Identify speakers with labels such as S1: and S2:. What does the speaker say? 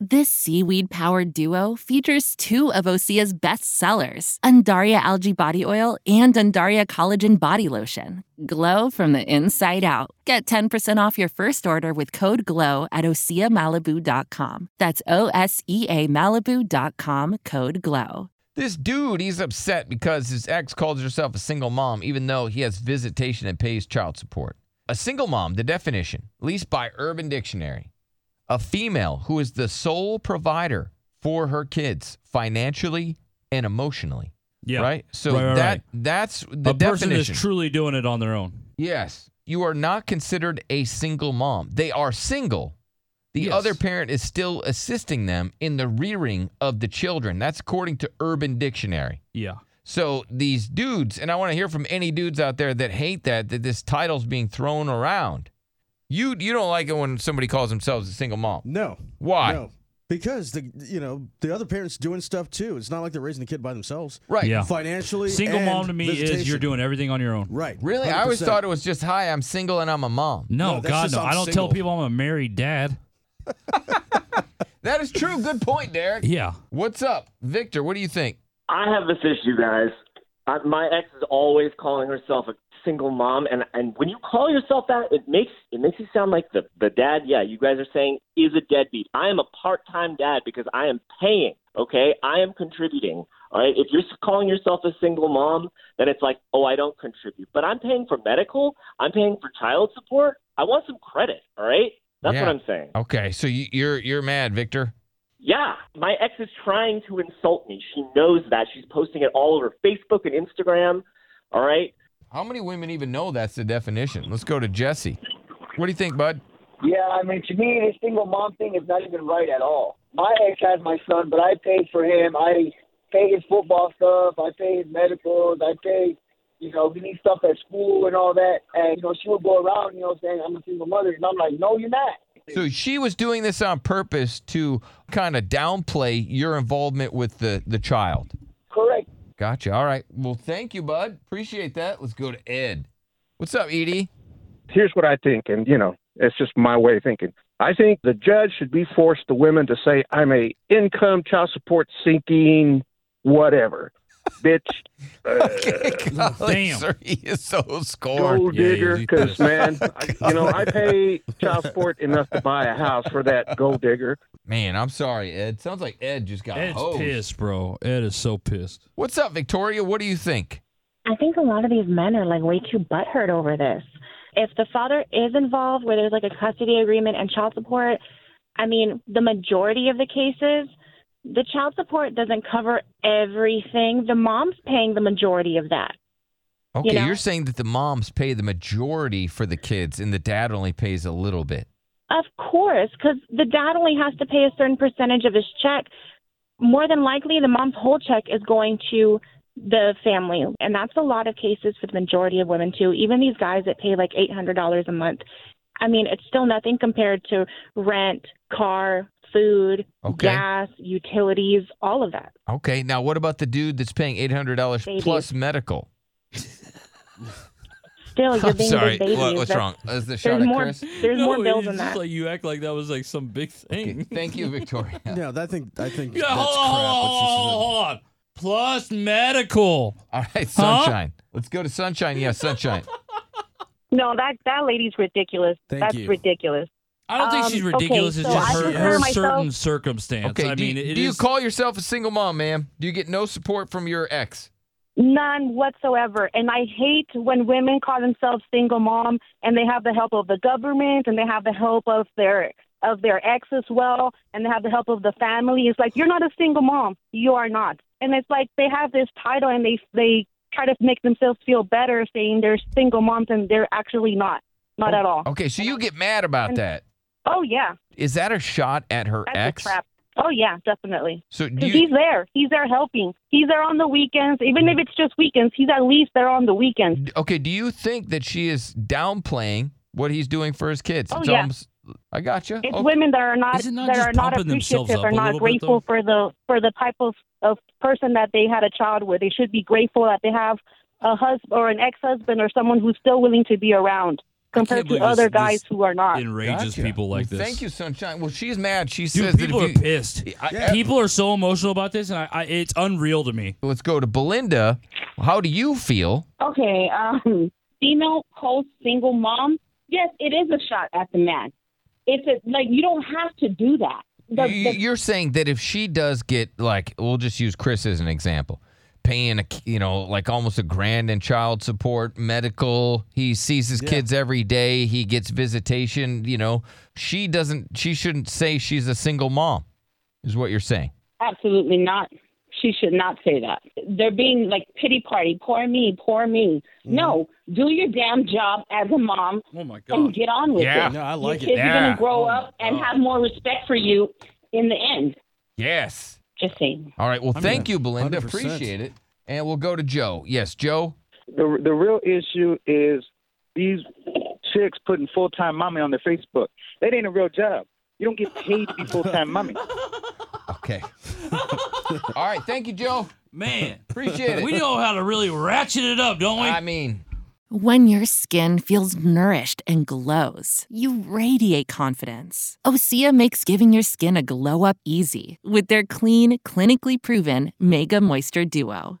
S1: This seaweed powered duo features two of Osea's best sellers, Undaria Algae Body Oil and Undaria Collagen Body Lotion. Glow from the inside out. Get 10% off your first order with code GLOW at OseaMalibu.com. That's O S E A Malibu.com code GLOW.
S2: This dude, he's upset because his ex calls herself a single mom, even though he has visitation and pays child support. A single mom, the definition, at least by Urban Dictionary, a female who is the sole provider for her kids financially and emotionally.
S3: Yeah.
S2: Right? So
S3: Right, right,
S2: that
S3: right.
S2: that's the
S3: a person is
S2: definition.
S3: truly doing it on their own.
S2: Yes. You are not considered a single mom. They are single. The
S3: Yes.
S2: other parent is still assisting them in the rearing of the children. That's according to Urban Dictionary.
S3: Yeah.
S2: So these dudes, and I want to hear from any dudes out there that hate that that this title's being thrown around. You you don't like it when somebody calls themselves a single mom.
S4: No.
S2: Why?
S4: No. Because the you know the other parents doing stuff too. It's not like they're raising the kid by themselves.
S2: Right.
S3: Yeah.
S4: Financially,
S3: Single
S4: and
S3: mom to me
S4: visitation.
S3: is you're doing everything on your own.
S4: right.
S2: Really? I always
S4: 100%.
S2: thought it was just hi, I'm single and I'm a mom.
S3: No,
S4: No, that's
S3: God,
S4: just
S3: no.
S4: I'm
S3: I don't
S4: single.
S3: tell people I'm a married dad.
S2: That is true. Good point, Derek.
S3: Yeah.
S2: What's up, Victor? What do you think?
S5: I have this issue, guys. I, my ex is always calling herself a single mom, and and when you call yourself that, it makes it makes you sound like the the dad. Yeah, you guys are saying is a deadbeat. I am a part time dad because I am paying. Okay, I am contributing. All right. If you're calling yourself a single mom, then it's like, oh, I don't contribute, but I'm paying for medical. I'm paying for child support. I want some credit. All right. That's
S2: Yeah.
S5: what I'm saying.
S2: Okay, so you, you're you're mad, Victor.
S5: Yeah, my ex is trying to insult me. She knows that. She's posting it all over Facebook and Instagram. All right.
S2: How many women even know that's the definition? Let's go to Jesse. What do you think, bud?
S6: Yeah, I mean, to me, this single mom thing is not even right at all. My ex has my son, but I paid for him. I pay his football stuff. I pay his medicals. I pay, you know, he needs stuff at school and all that. And, you know, she would go around, you know, saying, I'm a single mother. And I'm like, no, you're not.
S2: So she was doing this on purpose to kind of downplay your involvement with the the child.
S6: Correct.
S2: Gotcha. All right. Well, thank you, bud. Appreciate that. Let's go to Ed. What's up, Edie?
S7: here's what I think, and you know, it's just my way of thinking. I think the judge should be forced the women to say, "I'm a income, child support sinking, whatever, bitch,
S2: Golly,
S3: damn.
S2: sir, he is so
S7: gold
S2: scorned.
S3: Yeah,
S7: digger,"
S3: you-
S7: because man, I, you know, I pay child support enough to buy a house for that gold digger.
S2: Man, I'm sorry, Ed. Sounds like Ed just got
S3: Ed's
S2: hosed.
S3: pissed, bro. Ed is so pissed.
S2: What's up, Victoria? What do you think?
S8: I think a lot of these men are like way too butthurt over this. If the father is involved, where there's like a custody agreement and child support, I mean, the majority of the cases, the child support doesn't cover everything. The mom's paying the majority of that.
S2: Okay,
S8: know?
S2: you're saying that the moms pay the majority for the kids, and the dad only pays a little bit.
S8: Of course, because the dad only has to pay a certain percentage of his check. More than likely, the mom's whole check is going to the family. And that's a lot of cases for the majority of women, too. Even these guys that pay like $800 a month. I mean, it's still nothing compared to rent, car, food,
S2: Okay.
S8: gas, utilities, all of that.
S2: Okay, now what about the dude that's paying eight hundred dollars
S8: Babies.
S2: plus medical?
S8: Still, Oh, you're
S2: I'm
S8: being
S2: sorry.
S8: big babies.
S2: What, what's
S8: That's-
S2: wrong? Is the shot
S8: There's
S2: at
S8: more.
S2: Chris?
S8: There's more
S3: it
S8: bills
S3: is
S8: than
S3: just
S8: that.
S3: like you act like that was like some big thing.
S2: Okay, Thank you, Victoria.
S4: No, that thing. I think.
S3: Yeah,
S4: that's
S3: hold on,
S4: crap,
S3: hold
S4: what she
S3: on,
S4: said.
S3: hold on. Plus medical.
S2: All right, sunshine. Let's go to sunshine. Yeah, sunshine.
S9: No, that that lady's ridiculous.
S4: Thank
S9: That's
S4: you.
S9: ridiculous.
S3: I don't think
S9: Um,
S3: she's
S9: okay,
S3: ridiculous.
S9: so
S3: it's just
S4: I
S3: her,
S4: consider
S3: her
S9: myself-
S3: certain circumstance.
S2: Okay.
S3: I
S2: do,
S3: mean,
S2: you-
S3: it
S2: do you
S3: is-
S2: call yourself a single mom, ma'am? Do you get no support from your ex?
S9: None whatsoever. And I hate when women call themselves single mom and they have the help of the government and they have the help of their of their ex as well and they have the help of the family. It's like you're not a single mom. You are not. And it's like they have this title and they they try to make themselves feel better saying they're single moms and they're actually not. Not at all.
S2: Okay, so you get mad about that.
S9: Oh yeah.
S2: Is that a shot at her
S9: That's
S2: ex?
S9: a trap. Oh yeah, definitely.
S2: So do
S9: Because
S2: you,
S9: he's there. He's there helping. He's there on the weekends. Even if it's just weekends, he's at least there on the weekends.
S2: okay, do you think that she is downplaying what he's doing for his kids?
S9: Oh,
S2: It's
S9: yeah.
S2: almost- I got gotcha. you.
S9: It's women that are not,
S3: Is it not
S9: that
S3: just
S9: are not
S3: pumping themselves
S9: appreciative
S3: up
S9: or
S3: a
S9: not
S3: little bit, though?
S9: grateful for the for the type of
S10: a person that they had a child with. They should be grateful that they have a husband or an ex-husband or someone who's still willing to be around compared to
S3: believe this-
S10: other
S3: this
S10: guys who are not.
S3: Enrages
S2: Gotcha.
S3: people like
S2: Well,
S3: this.
S2: Thank you, Sunshine. Well, she's mad. She says
S3: Dude,
S2: that
S3: people are
S2: if you,
S3: pissed.
S2: I-
S4: Yeah.
S3: People are so emotional about this, and I, I it's unreal to me.
S2: let's go to Belinda. How do you feel?
S9: Okay, um, female post single mom. Yes, it is a shot at the man. It's a, like you don't have to do that. The,
S2: You-
S9: the-
S2: You're saying that if she does get like, we'll just use Chris as an example, paying a k- you know like almost a grand in child support, medical. He sees his
S4: Yeah.
S2: kids every day. He gets visitation. You know, she doesn't. She shouldn't say she's a single mom, is what you're saying.
S9: absolutely not. She should not say that. They're being like pity party. Poor me, poor me. No, do your damn job as a mom
S3: Mm-hmm. Oh my
S9: and
S3: god.
S9: get on with
S2: Yeah.
S9: it.
S4: No, I like
S9: Your kids
S4: it.
S9: are
S2: Yeah.
S9: gonna grow
S3: Oh my
S9: up and
S3: God.
S9: have more respect for you in the end.
S2: Yes.
S9: Just saying.
S2: All right. Well,
S4: I mean,
S2: thank you, Belinda.
S4: 100%.
S2: Appreciate it. And we'll go to Joe. Yes, Joe.
S6: The the real issue is these chicks putting full time mommy on their Facebook. That ain't a real job. You don't get paid to be full time mommy.
S2: Okay. All right. Thank you, Joe.
S3: Man,
S2: Appreciate it.
S3: we know how to really ratchet it up, don't we?
S2: I mean,
S1: When your skin feels nourished and glows, you radiate confidence. Osea makes giving your skin a glow up easy with their clean, clinically proven Mega Moisture Duo.